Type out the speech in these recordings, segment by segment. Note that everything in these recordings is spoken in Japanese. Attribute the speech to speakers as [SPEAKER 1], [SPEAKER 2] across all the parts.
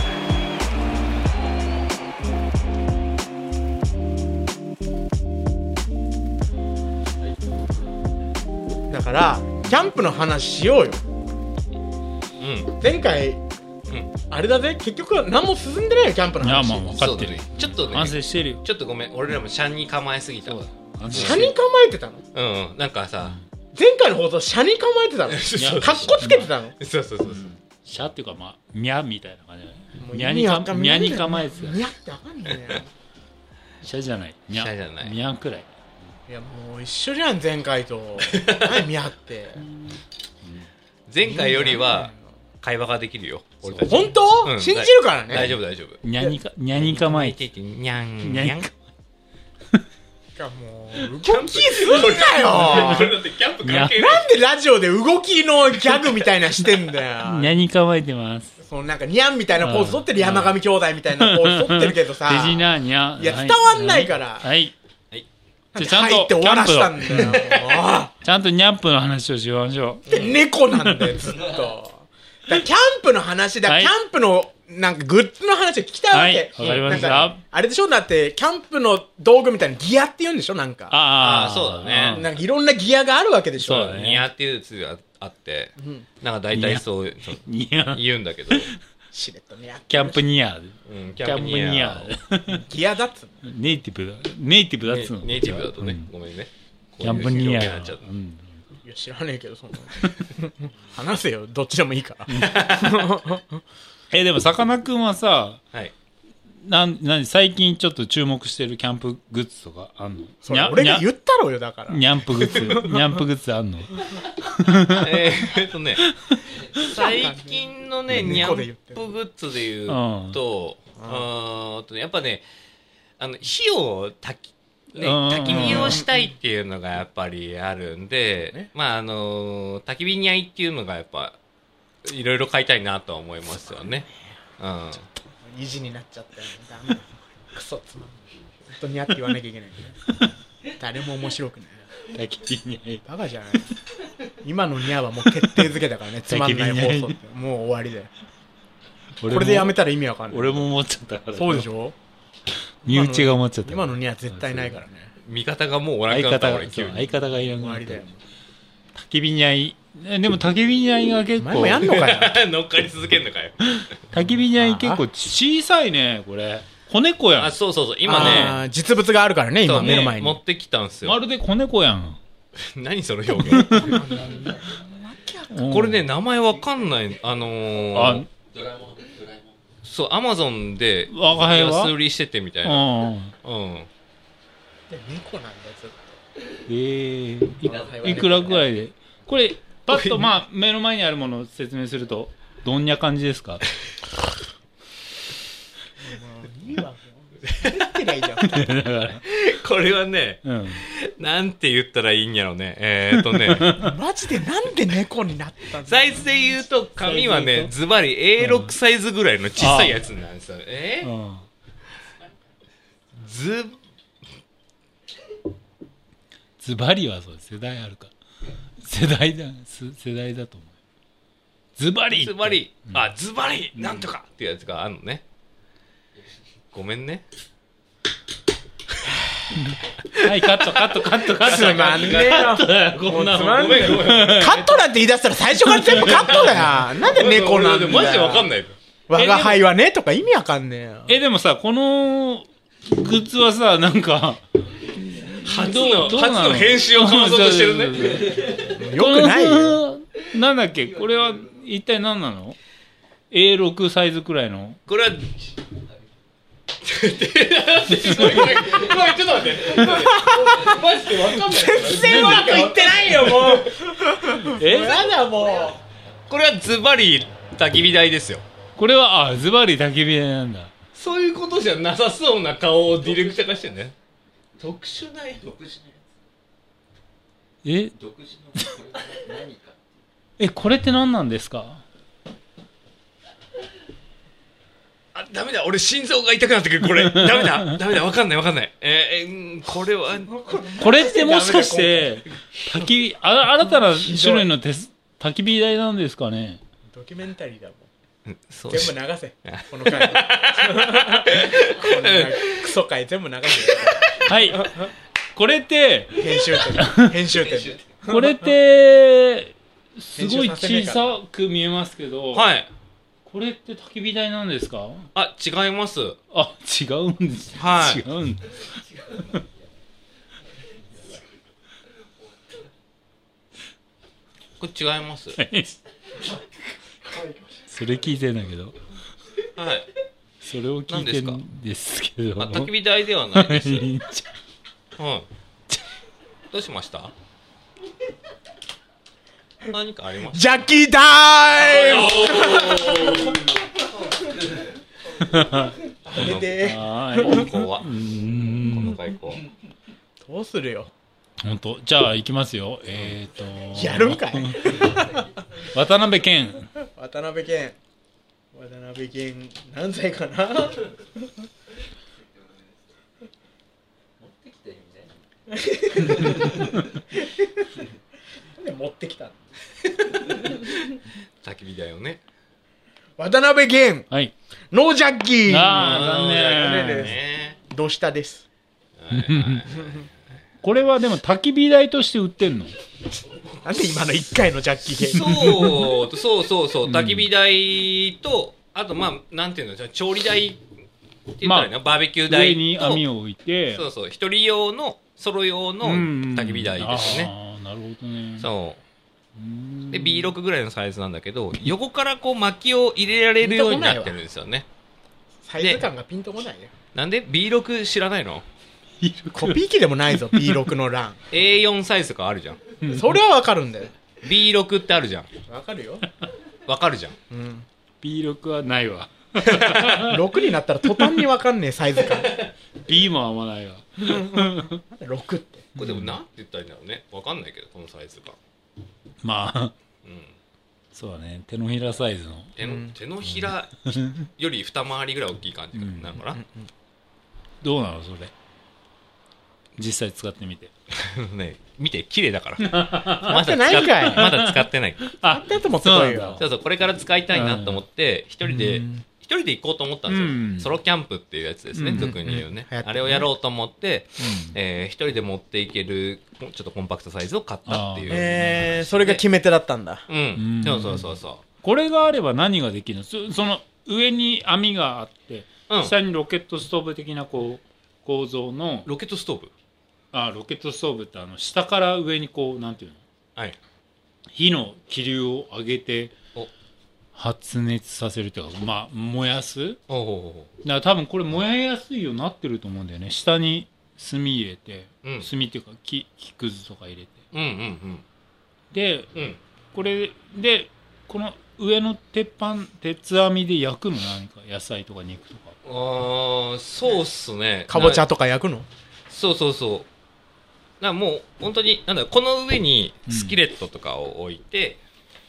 [SPEAKER 1] Hey.
[SPEAKER 2] だからキャンプの話しようようん前回、あれだぜ結局は何も進んでないよキャンプの
[SPEAKER 3] いや
[SPEAKER 2] 話
[SPEAKER 3] まあ分かってるよ
[SPEAKER 4] ちょっとね
[SPEAKER 3] 反省してるよ
[SPEAKER 4] ちょっとごめん俺らもシャンに構えすぎたわ
[SPEAKER 3] 反省
[SPEAKER 2] 車
[SPEAKER 3] して
[SPEAKER 2] に
[SPEAKER 3] る
[SPEAKER 2] 構えてたの
[SPEAKER 4] うんうんなんかさ
[SPEAKER 2] 前回の放送車に構えてたの
[SPEAKER 4] そう
[SPEAKER 2] かっこつけてたの
[SPEAKER 4] そうそうそうそう
[SPEAKER 3] シャっていうかまあミャみたいな感じだね
[SPEAKER 2] もう
[SPEAKER 3] ミャにか
[SPEAKER 2] 意味わん
[SPEAKER 3] ミ
[SPEAKER 2] な
[SPEAKER 3] ャ
[SPEAKER 2] い
[SPEAKER 3] に構えて
[SPEAKER 2] ニャってわかんないね
[SPEAKER 3] たシャじゃないミャ
[SPEAKER 4] シャじゃない
[SPEAKER 3] ミャくらい
[SPEAKER 2] いやもう一緒じゃん前回 と何見合って
[SPEAKER 4] 前回よりは会話ができるよ俺たち
[SPEAKER 2] 本当、
[SPEAKER 4] うん
[SPEAKER 2] 信じるからね
[SPEAKER 4] 大丈夫大丈夫
[SPEAKER 3] ニャにかニャに構え
[SPEAKER 4] いて
[SPEAKER 3] て
[SPEAKER 4] いてにゃん
[SPEAKER 3] ニ
[SPEAKER 4] にゃ
[SPEAKER 3] ャ
[SPEAKER 4] ん
[SPEAKER 3] にか
[SPEAKER 2] いやもう
[SPEAKER 4] キャンプす
[SPEAKER 2] 動きだよ
[SPEAKER 4] だってキャンプ関係ない
[SPEAKER 2] なんでラジオで動きのギャグみたいなしてん
[SPEAKER 3] ニ
[SPEAKER 2] だよ
[SPEAKER 3] ャに構えてます
[SPEAKER 2] そのなんかニャンみたいなポーズ取ってる山上兄弟みたいなポーズ取ってるけどさ
[SPEAKER 3] デジナーニャ
[SPEAKER 2] いや
[SPEAKER 3] は
[SPEAKER 2] 伝わんないから
[SPEAKER 3] はい
[SPEAKER 4] はい
[SPEAKER 3] じゃあちゃんと
[SPEAKER 2] 入って
[SPEAKER 3] キ
[SPEAKER 2] 終
[SPEAKER 3] ャ
[SPEAKER 2] わ
[SPEAKER 3] ン
[SPEAKER 2] ら
[SPEAKER 3] プ
[SPEAKER 2] したん
[SPEAKER 3] の
[SPEAKER 2] だよもう
[SPEAKER 3] ちゃんとニャンプの話をしましょう
[SPEAKER 2] で猫なんだよずっとだからキャンプの話だ、
[SPEAKER 3] はい
[SPEAKER 2] キャンプのなんかグッズの話を聞きたいわけ、
[SPEAKER 3] はいわかりました
[SPEAKER 2] なんあれでしょだってキャンプの道具みたいなギアって言うんでしょなんか
[SPEAKER 3] あ
[SPEAKER 4] あ
[SPEAKER 3] あ
[SPEAKER 4] ーそうだね
[SPEAKER 2] なんかいろんなギアがあるわけでしょ
[SPEAKER 3] そうだね
[SPEAKER 4] にゃっていうつがあってなんか大体そうそう
[SPEAKER 3] ニャ
[SPEAKER 4] 言うんだけど
[SPEAKER 2] しれっとね
[SPEAKER 3] キャンプニャー
[SPEAKER 4] うんキ
[SPEAKER 3] キャンプニャ
[SPEAKER 4] ャ
[SPEAKER 3] ー
[SPEAKER 2] ギアだっつうの
[SPEAKER 3] ネイティブだネイティブだっつうの
[SPEAKER 4] ねネイティブだとねごめんね
[SPEAKER 3] キャンプニ
[SPEAKER 4] こういう表現
[SPEAKER 3] ア
[SPEAKER 4] になっちゃった
[SPEAKER 3] うん
[SPEAKER 2] いや知らねえけどそんなの 話せよどっちでもいいから
[SPEAKER 3] えでもさかなクンはさ
[SPEAKER 4] はい
[SPEAKER 3] なんなん最近ちょっと注目してるキャンプグッズとかあんの
[SPEAKER 2] それ俺が
[SPEAKER 3] にゃ
[SPEAKER 2] 言ったろうよだから
[SPEAKER 3] にゃんぷグッズにゃんぷグッズあんの
[SPEAKER 4] えーっとね最近のねニャ
[SPEAKER 2] 猫で言
[SPEAKER 4] ン
[SPEAKER 2] ってる
[SPEAKER 4] プグッズで言うとうーんとねやっぱねあの火を焚きね、
[SPEAKER 3] うん
[SPEAKER 4] 焚き火をしたいっていうのがやっぱりあるんで、まああの焚き火にゃいっていうのがやっぱいろいろ買いたいなとは思いますよね。うん、
[SPEAKER 2] 意地になっちゃったよダメだクソつまんない本当にやって言わなきゃいけないね誰も面白くない
[SPEAKER 3] 焚き火にゃい
[SPEAKER 2] バカじゃない今のニャはもう決定づけだからねつまんない放送ってもう終わりだよ
[SPEAKER 3] 俺も
[SPEAKER 2] これでやめたら意味わかんない
[SPEAKER 3] 俺も思っちゃったから
[SPEAKER 2] そうでしょ
[SPEAKER 3] 身内が思っちゃった
[SPEAKER 2] 今のニャ絶対ないからね
[SPEAKER 4] 味方がもうおらんく
[SPEAKER 3] 相
[SPEAKER 4] なった
[SPEAKER 3] 方
[SPEAKER 4] か
[SPEAKER 3] が
[SPEAKER 4] ら
[SPEAKER 3] そ
[SPEAKER 4] 急
[SPEAKER 3] う
[SPEAKER 4] に
[SPEAKER 3] 相方がいら
[SPEAKER 2] 終
[SPEAKER 3] んくな
[SPEAKER 2] わ
[SPEAKER 3] っ
[SPEAKER 2] り
[SPEAKER 3] た
[SPEAKER 2] だよ
[SPEAKER 3] 焚き火にゃいえでも焚き火にゃいが結
[SPEAKER 2] お
[SPEAKER 3] 構
[SPEAKER 2] 前もやんのかよ
[SPEAKER 4] 乗っかり続けんのかよ。
[SPEAKER 3] 焚き火にゃい結構小さいねこれ子猫や
[SPEAKER 4] あ
[SPEAKER 3] ん
[SPEAKER 4] そうそうそう今ね
[SPEAKER 2] あー実物があるからね
[SPEAKER 4] そう
[SPEAKER 2] 今
[SPEAKER 4] ね
[SPEAKER 2] 目の前
[SPEAKER 4] 持
[SPEAKER 2] に
[SPEAKER 4] ってきたんですよ。
[SPEAKER 3] まるで子猫やん
[SPEAKER 4] 何その表現。
[SPEAKER 3] うん
[SPEAKER 4] これね、名前わかんない。あのー、
[SPEAKER 3] あ
[SPEAKER 4] そう、アマゾンで
[SPEAKER 3] 我が輩は
[SPEAKER 4] 安売りしててみたいうな。
[SPEAKER 3] ん
[SPEAKER 4] うん。
[SPEAKER 2] 猫なんだずっ
[SPEAKER 3] えー、いいくらぐらいでこれパッとまあ目の前にあるものを説明するとどんな感じですか
[SPEAKER 2] といいわもう出てないじゃん
[SPEAKER 3] だから
[SPEAKER 4] これはね、
[SPEAKER 3] うん
[SPEAKER 4] なんて言ったらいいんやろね。えーっと ね、
[SPEAKER 2] マジでなんで猫になったんだ
[SPEAKER 4] サイズで言うと、紙はね、ズバリ A6 サイズぐらいの小さいやつなんですよ。えー
[SPEAKER 3] うん
[SPEAKER 4] ず、
[SPEAKER 3] ズバリはそう世代あるか世代だす世代だと思うズバリ
[SPEAKER 4] ズバリ、あ、ズバリ、なんとかっていうやつがあるのね。ごめんね。
[SPEAKER 3] はいカットカットカットカット
[SPEAKER 2] つまんねえよ
[SPEAKER 3] こんな
[SPEAKER 2] つま
[SPEAKER 3] の
[SPEAKER 2] んねえよカットなんて言い出したら最初から全部カットだよなんで猫なんだよ
[SPEAKER 4] マジでわかんない。
[SPEAKER 2] 我が輩はねとか意味わかんねえよ
[SPEAKER 3] えでもさこのグッズはさなん か
[SPEAKER 4] 初
[SPEAKER 3] ど
[SPEAKER 4] の、
[SPEAKER 3] うどう
[SPEAKER 4] 初
[SPEAKER 3] なの
[SPEAKER 4] の編集をかまそうとしてるね。
[SPEAKER 3] ね
[SPEAKER 2] よくないよ
[SPEAKER 3] なんだっけこれは一体何なの ?A6 サイズくらいの
[SPEAKER 4] これは。ごめんごめんちょっと待って。マジでわかんない。
[SPEAKER 2] 全然うまくいってないよもう
[SPEAKER 3] え
[SPEAKER 2] やだもう
[SPEAKER 4] これはズバリ焚き火台ですよ。
[SPEAKER 3] これはあズバリ焚き火台なんだ
[SPEAKER 4] そういうことじゃなさそうな顔をディレクターがしてね。特殊なやつ。
[SPEAKER 3] ええ、これって何なんですか
[SPEAKER 4] あ、ダメだ。俺、心臓が痛くなってくる。これ。ダメだ。ダメだ。わかんない。わかんない。えーえーうんこれは、
[SPEAKER 3] これってもしかして、焚き火、あ新たな種類のテス焚き火台なんですかね
[SPEAKER 2] ドキュメンタリーだもん
[SPEAKER 4] そうし
[SPEAKER 2] 全部流せこの回こんなクソ回全部流せ
[SPEAKER 3] はい。これって、
[SPEAKER 2] 編集点編集点
[SPEAKER 3] これって、すごい小さく見えますけど、
[SPEAKER 4] はい。
[SPEAKER 3] これって焚き火台なんですか
[SPEAKER 4] あ、違います。
[SPEAKER 3] あ、違うんです。
[SPEAKER 4] はい
[SPEAKER 3] 違うん
[SPEAKER 4] これ違います。はい。
[SPEAKER 3] です。それ聞いてんだけど、それを聞いてんですけど。
[SPEAKER 4] あ、焚き火台ではないです。はい。
[SPEAKER 3] ちょ
[SPEAKER 4] どうしました何かありまし
[SPEAKER 2] ジャッキータイム
[SPEAKER 4] たこの
[SPEAKER 2] で
[SPEAKER 3] は
[SPEAKER 4] こ
[SPEAKER 3] ー
[SPEAKER 4] の
[SPEAKER 3] い。
[SPEAKER 4] 子は。この子はこ
[SPEAKER 2] どうするよ
[SPEAKER 3] 本当じゃあ行きますよ。えっ、と。
[SPEAKER 2] やるんかい
[SPEAKER 3] 渡辺謙。
[SPEAKER 2] 渡辺謙渡辺謙何歳かななんで持ってきたの
[SPEAKER 4] う焚き火台をね。
[SPEAKER 2] 渡辺謙
[SPEAKER 3] はい。
[SPEAKER 2] ノージャッキー
[SPEAKER 3] ああ、残念。
[SPEAKER 4] ね
[SPEAKER 2] どうしたです
[SPEAKER 3] これはでも焚き火台として売ってんの
[SPEAKER 2] なんで今の1回のジャッキー謙
[SPEAKER 4] そう、そうそうそう、焚き火台と、あとまあ、なんていうの、じゃあ調理台って言ったらいいな、バーベキュー台
[SPEAKER 3] 上
[SPEAKER 4] と。
[SPEAKER 3] に網を置いて。
[SPEAKER 4] そうそう、一人用の、ソロ用の
[SPEAKER 3] うん
[SPEAKER 4] 焚き火台ですね。
[SPEAKER 3] ああ、なるほどね。
[SPEAKER 4] そう。で、B6 ぐらいのサイズなんだけど、横からこう薪を入れられるようになってるんですよね。
[SPEAKER 2] サイズ感がピンとこないよ
[SPEAKER 4] なんで ?B6 知らないの
[SPEAKER 2] コピー機でもないぞ B6 の欄
[SPEAKER 4] ?A4 サイズとかあるじゃん。
[SPEAKER 2] それはわかるんだよ
[SPEAKER 4] B6 ってあるじゃん。
[SPEAKER 2] わかるよ、
[SPEAKER 4] わかるじゃん。
[SPEAKER 2] うん、
[SPEAKER 3] B6 はないわ。
[SPEAKER 2] 6になったら途端にわかんねえサイズ感
[SPEAKER 3] B も合わないわ。
[SPEAKER 2] 6って
[SPEAKER 4] これでもなんて言ったらいいんだろうね。わかんないけど、このサイズが。
[SPEAKER 3] まあ、
[SPEAKER 4] うん。
[SPEAKER 3] そうだね。手のひらサイズの。
[SPEAKER 4] 手の,、手のひらより二回りぐらい大きい感じになるのかな、
[SPEAKER 3] どうなのそれ。実際使ってみて。
[SPEAKER 4] ね見て綺 麗だからま
[SPEAKER 2] 使ってないんかい
[SPEAKER 4] まだ使ってない
[SPEAKER 3] あ
[SPEAKER 2] だと持ってこい
[SPEAKER 3] そうなん
[SPEAKER 2] よ
[SPEAKER 3] だ
[SPEAKER 4] そうそうこれから使いたいなと思って一人で
[SPEAKER 2] うん
[SPEAKER 4] 一人で行こうと思ったんですよ、
[SPEAKER 3] うん
[SPEAKER 4] ソロキャンプっていうやつですね、
[SPEAKER 3] うん
[SPEAKER 4] 俗に言
[SPEAKER 2] う
[SPEAKER 4] うね、
[SPEAKER 2] ん流行ってるね
[SPEAKER 4] あれをやろうと思って、えー一人で持っていけるちょっとコンパクトサイズを買ったっていう、
[SPEAKER 2] えー、それが決め手だったんだ
[SPEAKER 4] うん、
[SPEAKER 3] うん
[SPEAKER 4] そうそうそうそ
[SPEAKER 3] これがあれば何ができるのそその上に網があって、
[SPEAKER 4] う、うん、
[SPEAKER 3] 下にロケットストーブ的なこう構造の
[SPEAKER 4] ロケットストーブ
[SPEAKER 3] あロケットストーブってあの下から上にこうなんていうの
[SPEAKER 4] はい
[SPEAKER 3] 火の気流を上げて
[SPEAKER 4] お
[SPEAKER 3] 発熱させるというか、まあ、燃やす
[SPEAKER 4] おうおうおう
[SPEAKER 3] だから多分これ燃えやすいようになってると思うんだよね下に炭入れて、
[SPEAKER 4] うん
[SPEAKER 3] 炭っていうか木木くずとか入れて
[SPEAKER 4] うんうん
[SPEAKER 3] で
[SPEAKER 4] うんうん
[SPEAKER 3] これでこの上の鉄板鉄網で焼くの何か野菜とか肉とか
[SPEAKER 4] あーそうっすね
[SPEAKER 2] かぼち
[SPEAKER 4] ゃ
[SPEAKER 2] ゃとか焼くの
[SPEAKER 4] そうそうそう。だからもう本当に、なんだろうこの上にスキレットとかを置いて、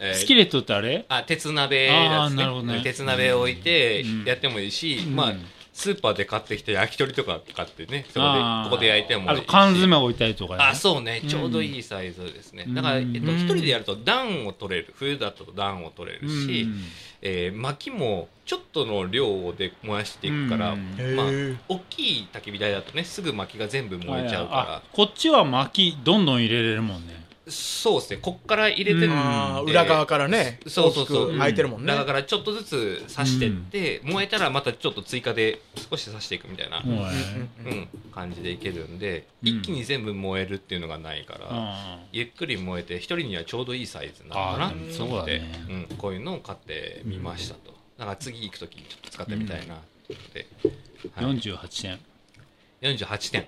[SPEAKER 4] えー
[SPEAKER 3] スキレットってあれ
[SPEAKER 4] あ、鉄鍋やつ
[SPEAKER 3] あーなるほどね
[SPEAKER 4] 鉄鍋を置いて
[SPEAKER 3] うん
[SPEAKER 4] やってもいいし、
[SPEAKER 3] うん
[SPEAKER 4] まあ、スーパーで買ってきた焼き鳥とか買ってね、そこで
[SPEAKER 3] あー、
[SPEAKER 4] ここで焼いても
[SPEAKER 3] あ
[SPEAKER 4] いい
[SPEAKER 3] と
[SPEAKER 4] し。
[SPEAKER 3] 缶詰置いたりとかね
[SPEAKER 4] あ、そうね。ちょうどいいサイズですね。
[SPEAKER 3] うん
[SPEAKER 4] だから、えっと、
[SPEAKER 2] うん
[SPEAKER 4] 一人でやると暖を取れる。冬だと暖を取れるし、
[SPEAKER 3] うん
[SPEAKER 4] えー薪もちょっとの量で燃やしていくから、
[SPEAKER 3] うん
[SPEAKER 4] まあ
[SPEAKER 2] へえ、
[SPEAKER 4] 大きい焚き火台だとね、すぐ薪が全部燃えちゃうから
[SPEAKER 3] あ。こっちは薪どんどん入れれるもんね
[SPEAKER 4] そうですね、こっから入れてる、
[SPEAKER 3] うん
[SPEAKER 2] あー裏側からね、
[SPEAKER 4] えーそうそうそう
[SPEAKER 2] 大きく開いてるもんね、
[SPEAKER 4] 裏側からちょっとずつ刺してって、燃えたらまたちょっと追加で少し刺していくみたいな、
[SPEAKER 3] お
[SPEAKER 4] う
[SPEAKER 3] い
[SPEAKER 4] ん
[SPEAKER 2] うんうんうん
[SPEAKER 4] 感じでいけるんで、
[SPEAKER 3] うん
[SPEAKER 4] 一気に全部燃えるっていうのがないから、
[SPEAKER 3] あ
[SPEAKER 4] ゆっくり燃えて、一人にはちょうどいいサイズなのか
[SPEAKER 3] あ
[SPEAKER 4] な
[SPEAKER 3] ー
[SPEAKER 4] と思って
[SPEAKER 3] そうだ
[SPEAKER 4] うん、こういうのを買ってみましたと。だから次行くときにちょっと使ってみたいなということで、
[SPEAKER 3] あ
[SPEAKER 4] はい
[SPEAKER 3] 48点
[SPEAKER 4] 48点。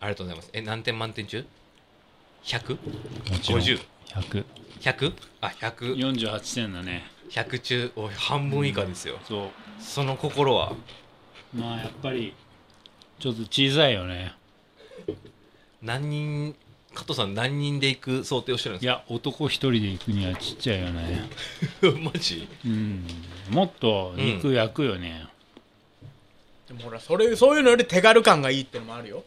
[SPEAKER 4] ありがとうございます。え、何点満点中 ?100?100?
[SPEAKER 3] もちろん
[SPEAKER 4] 50
[SPEAKER 3] 100
[SPEAKER 4] あ、100。
[SPEAKER 3] 48点だね
[SPEAKER 4] 100中おい半分以下ですよ、
[SPEAKER 3] そ
[SPEAKER 4] その心は
[SPEAKER 3] うまあやっぱりちょっと小さいよね
[SPEAKER 4] 何人加藤さん何人で行く想定をしてるん
[SPEAKER 3] い
[SPEAKER 4] で
[SPEAKER 3] や男一人で行くにはちっちゃいよね
[SPEAKER 4] すか マジ
[SPEAKER 3] うんもっと肉焼くよね、
[SPEAKER 2] でもほらそれそういうのより手軽感がいいってのもあるよ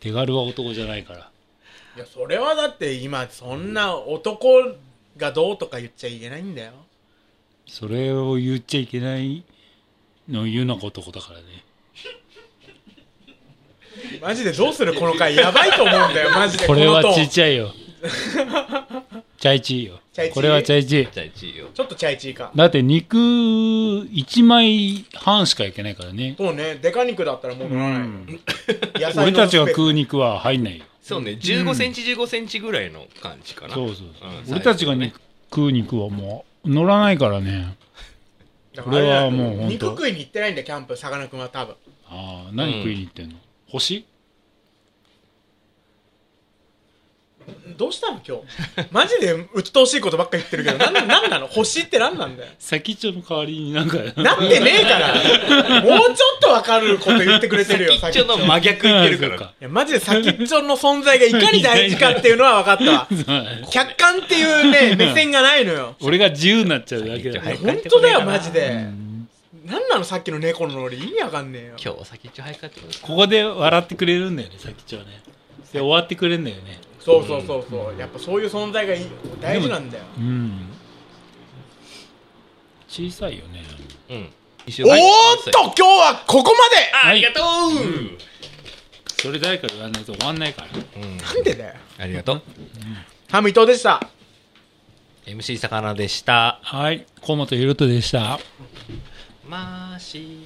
[SPEAKER 3] 手軽は男じゃないから
[SPEAKER 2] いやそれはだって今そんな男がどうとか言っちゃいけないんだよ
[SPEAKER 3] それを言っちゃいけないの言うのが男だからね
[SPEAKER 2] マジでどうするこの回やばいと思うんだよマジで
[SPEAKER 3] これは
[SPEAKER 2] のトーン
[SPEAKER 3] ちっちゃ いよチャイチーよ
[SPEAKER 2] チャイチー
[SPEAKER 3] これはチャイチー
[SPEAKER 4] じゃあ1位よ
[SPEAKER 2] ちょっとチャイチーか
[SPEAKER 3] だって肉1枚半しかいけないからね
[SPEAKER 2] そうねデカ肉だったらもう乗らない、野菜の
[SPEAKER 3] 俺たちが
[SPEAKER 2] スペー
[SPEAKER 3] 食う肉は入んないよ
[SPEAKER 4] そうね1 5センチ1 5センチぐらいの感じかな
[SPEAKER 3] そうそうそう、
[SPEAKER 4] うん
[SPEAKER 3] 俺たちが肉、食う肉はもう乗らないからね
[SPEAKER 2] スだ
[SPEAKER 3] こ
[SPEAKER 2] か
[SPEAKER 3] れ
[SPEAKER 2] らあ
[SPEAKER 3] は
[SPEAKER 2] れだよ
[SPEAKER 3] もう本
[SPEAKER 2] 肉
[SPEAKER 3] 当
[SPEAKER 2] 食いに行ってないんだよキャンプさかなクンは多分
[SPEAKER 3] ああ何食いに行ってんの、星
[SPEAKER 2] どうしたの今日 マジで鬱陶しいことばっか言ってるけどなんなんなの星って何なんだ よ
[SPEAKER 3] 先っちょの代わりになんか
[SPEAKER 2] なってねえからもうちょっと分かること言ってくれてるよ
[SPEAKER 4] 先っちょの真逆いってるから
[SPEAKER 2] いやマジで先っちょの存在がいかに大事かっていうのは分 かったわ客観っていうね目線がないのよ
[SPEAKER 3] 俺が自由になっちゃうだけだ
[SPEAKER 4] はい
[SPEAKER 2] 本当だよマジで何なのさっきの猫のノリ意味わかんねえよ
[SPEAKER 4] 今日先っちょ早く帰ってくる
[SPEAKER 3] ここで笑ってくれるんだよね先っちょはねで終わってくれるんだよね
[SPEAKER 2] そうそうそうそうやっぱそういう存在がいい大事なんだよ
[SPEAKER 3] うん小さいよね
[SPEAKER 4] うん
[SPEAKER 2] おーっと今日はここまで
[SPEAKER 4] あありがとう、
[SPEAKER 3] それ誰かがやんないと終わんないから
[SPEAKER 4] うん
[SPEAKER 2] なんでだよ
[SPEAKER 4] ありがとう
[SPEAKER 2] ハム伊藤でした
[SPEAKER 4] MC 魚でした
[SPEAKER 3] はい河本ゆるとでした
[SPEAKER 4] マーシー